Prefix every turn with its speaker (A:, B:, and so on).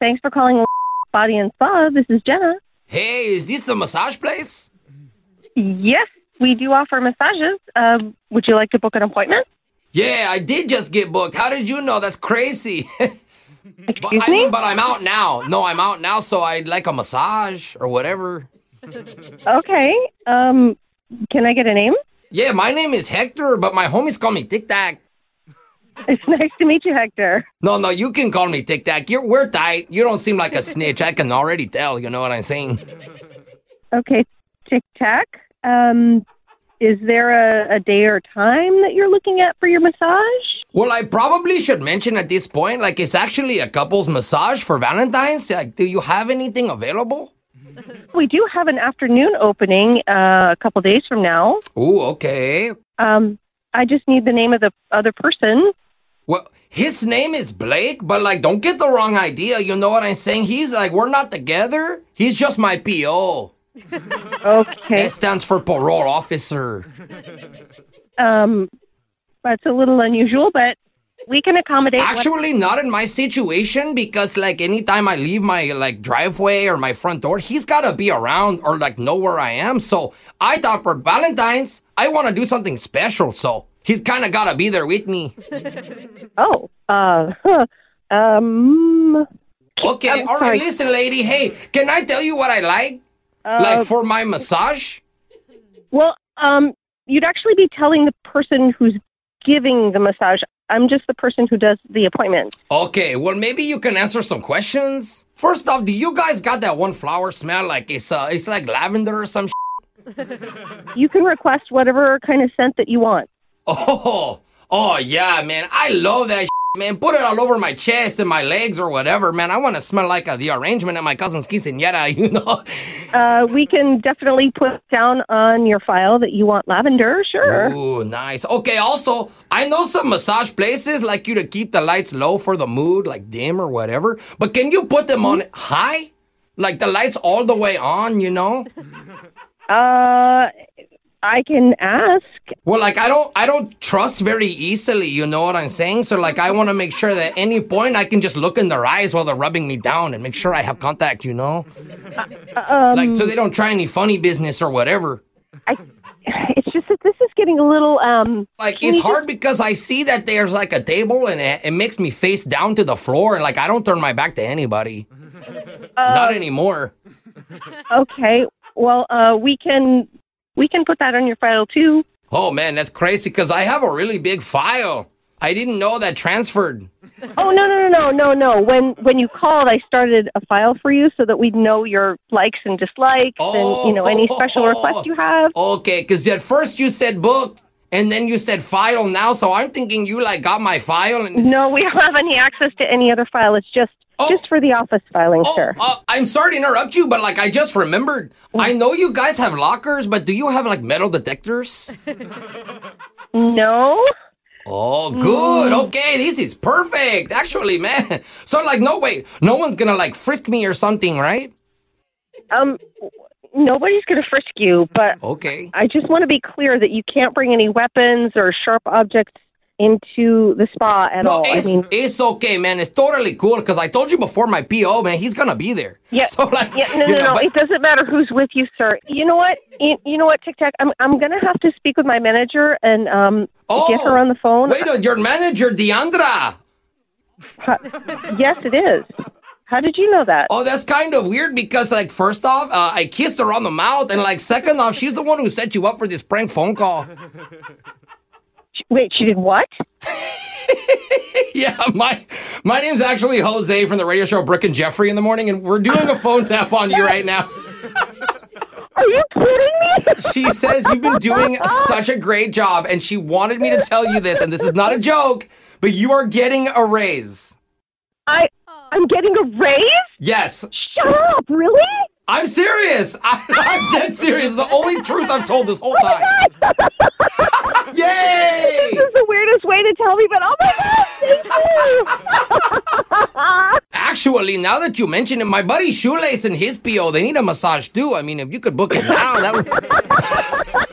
A: Thanks for calling Body and Spa. This is Jenna.
B: Hey, is this the massage place?
A: Yes, we do offer massages. Um, would you like to book an appointment?
B: Yeah, I did just get booked. How did you know? That's crazy. but,
A: Excuse
B: I mean,
A: me?
B: but I'm out now. No, I'm out now, so I'd like a massage or whatever.
A: Okay. Um, can I get a name?
B: Yeah, my name is Hector, but my homies call me Tic Tac.
A: It's nice to meet you, Hector.
B: No, no, you can call me Tic Tac. You're we're tight. You don't seem like a snitch. I can already tell. You know what I'm saying?
A: Okay, Tic Tac. Um, is there a, a day or time that you're looking at for your massage?
B: Well, I probably should mention at this point, like it's actually a couple's massage for Valentine's. Like, do you have anything available?
A: We do have an afternoon opening uh, a couple days from now.
B: Ooh, okay.
A: Um, I just need the name of the other person.
B: Well, his name is Blake, but like, don't get the wrong idea. You know what I'm saying? He's like, we're not together. He's just my PO.
A: Okay.
B: That stands for parole officer.
A: Um, that's a little unusual, but we can accommodate. what-
B: Actually, not in my situation because like, anytime I leave my like driveway or my front door, he's gotta be around or like know where I am. So I thought for Valentine's, I want to do something special. So he's kind of gotta be there with me.
A: oh, uh, huh. um,
B: Okay,
A: I'm
B: all
A: sorry.
B: right. Listen, lady. Hey, can I tell you what I like?
A: uh,
B: like for my massage.
A: well, um, you'd actually be telling the person who's giving the massage. I'm just the person who does the appointment.
B: Okay, well maybe you can answer some questions. First off, do you guys got that one flower smell like it's uh it's like lavender or some sh-
A: You can request whatever kind of scent that you want.
B: Oh, oh yeah, man. I love that sh- man. Put it all over my chest and my legs or whatever, man. I want to smell like uh, the arrangement at my cousin's quinceañera, you know.
A: Uh, we can definitely put down on your file that you want lavender. Sure.
B: Ooh, nice. Okay, also, I know some massage places like you to keep the lights low for the mood, like dim or whatever, but can you put them on high? Like the lights all the way on, you know?
A: Uh, I can ask.
B: Well, like I don't, I don't trust very easily. You know what I'm saying? So, like, I want to make sure that at any point I can just look in their eyes while they're rubbing me down and make sure I have contact. You know, like so they don't try any funny business or whatever.
A: I, it's just that this is getting a little. Um,
B: Like
A: Can
B: it's
A: you just-
B: hard because I see that there's like a table and it, it makes me face down to the floor and like I don't turn my back to anybody. Not anymore.
A: okay. Well, uh, we can we can put that on your file too.
B: Oh man, that's crazy because I have a really big file. I didn't know that transferred.
A: Oh no no no no no no. When when you called, I started a file for you so that we'd know your likes and dislikes
B: Oh.
A: and you know any special requests you have.
B: Okay, because at first you said book, and then you said file now, so I'm thinking you like got my file and.
A: No, we don't have any access to any other file. It's just
B: Oh.
A: just for the office filing,
B: Oh,
A: sir.
B: uh, I'm sorry to interrupt you, but like I just remembered.
A: Mm.
B: I know you guys have lockers, but do you have like metal detectors?
A: No.
B: Oh, good.
A: Mm.
B: Okay, this is perfect. Actually, man. So like, no wait, no one's gonna like frisk me or something, right?
A: Um. Nobody's going to frisk you, but
B: Okay.
A: I just want to be clear that you can't bring any weapons or sharp objects into the spa at
B: No,
A: all. I
B: it's,
A: mean,
B: it's okay, man. It's totally cool because I told you before my PO, man, he's gonna be there.
A: yeah,
B: So like,
A: yeah, no,
B: you
A: no,
B: know,
A: no.
B: but-
A: It doesn't matter who's with you, sir. You know what? You, you know what, Tic Tac? I'm I'm gonna have to speak with my manager and um get her on the phone.
B: Wait, uh, your manager, Deandra.
A: yes, it is. How did you know that?
B: Oh, that's kind of weird because, like, first off, uh, I kissed her on the mouth, and like, second off, she's the one who set you up for this prank phone call.
A: Sh- Wait, she did what?
B: yeah, my my name's actually Jose from the radio show Brooke and Jeffrey in the morning, and we're doing a phone tap on you right now.
A: Are you kidding me?
B: She says you've been doing such a great job, and she wanted me to tell you this, and this is not a joke, but you are getting a raise.
A: I I'm getting a raise.
B: Yes,
A: Shut up! Really?
B: I'm serious. I, I'm dead serious. The only truth I've told this whole time. Yay!
A: This is the weirdest way to tell me, but oh my god, thank you.
B: Actually, now that you mention it, my buddy Shoelace and his PO, they need a massage too. I mean, if you could book it now, that would.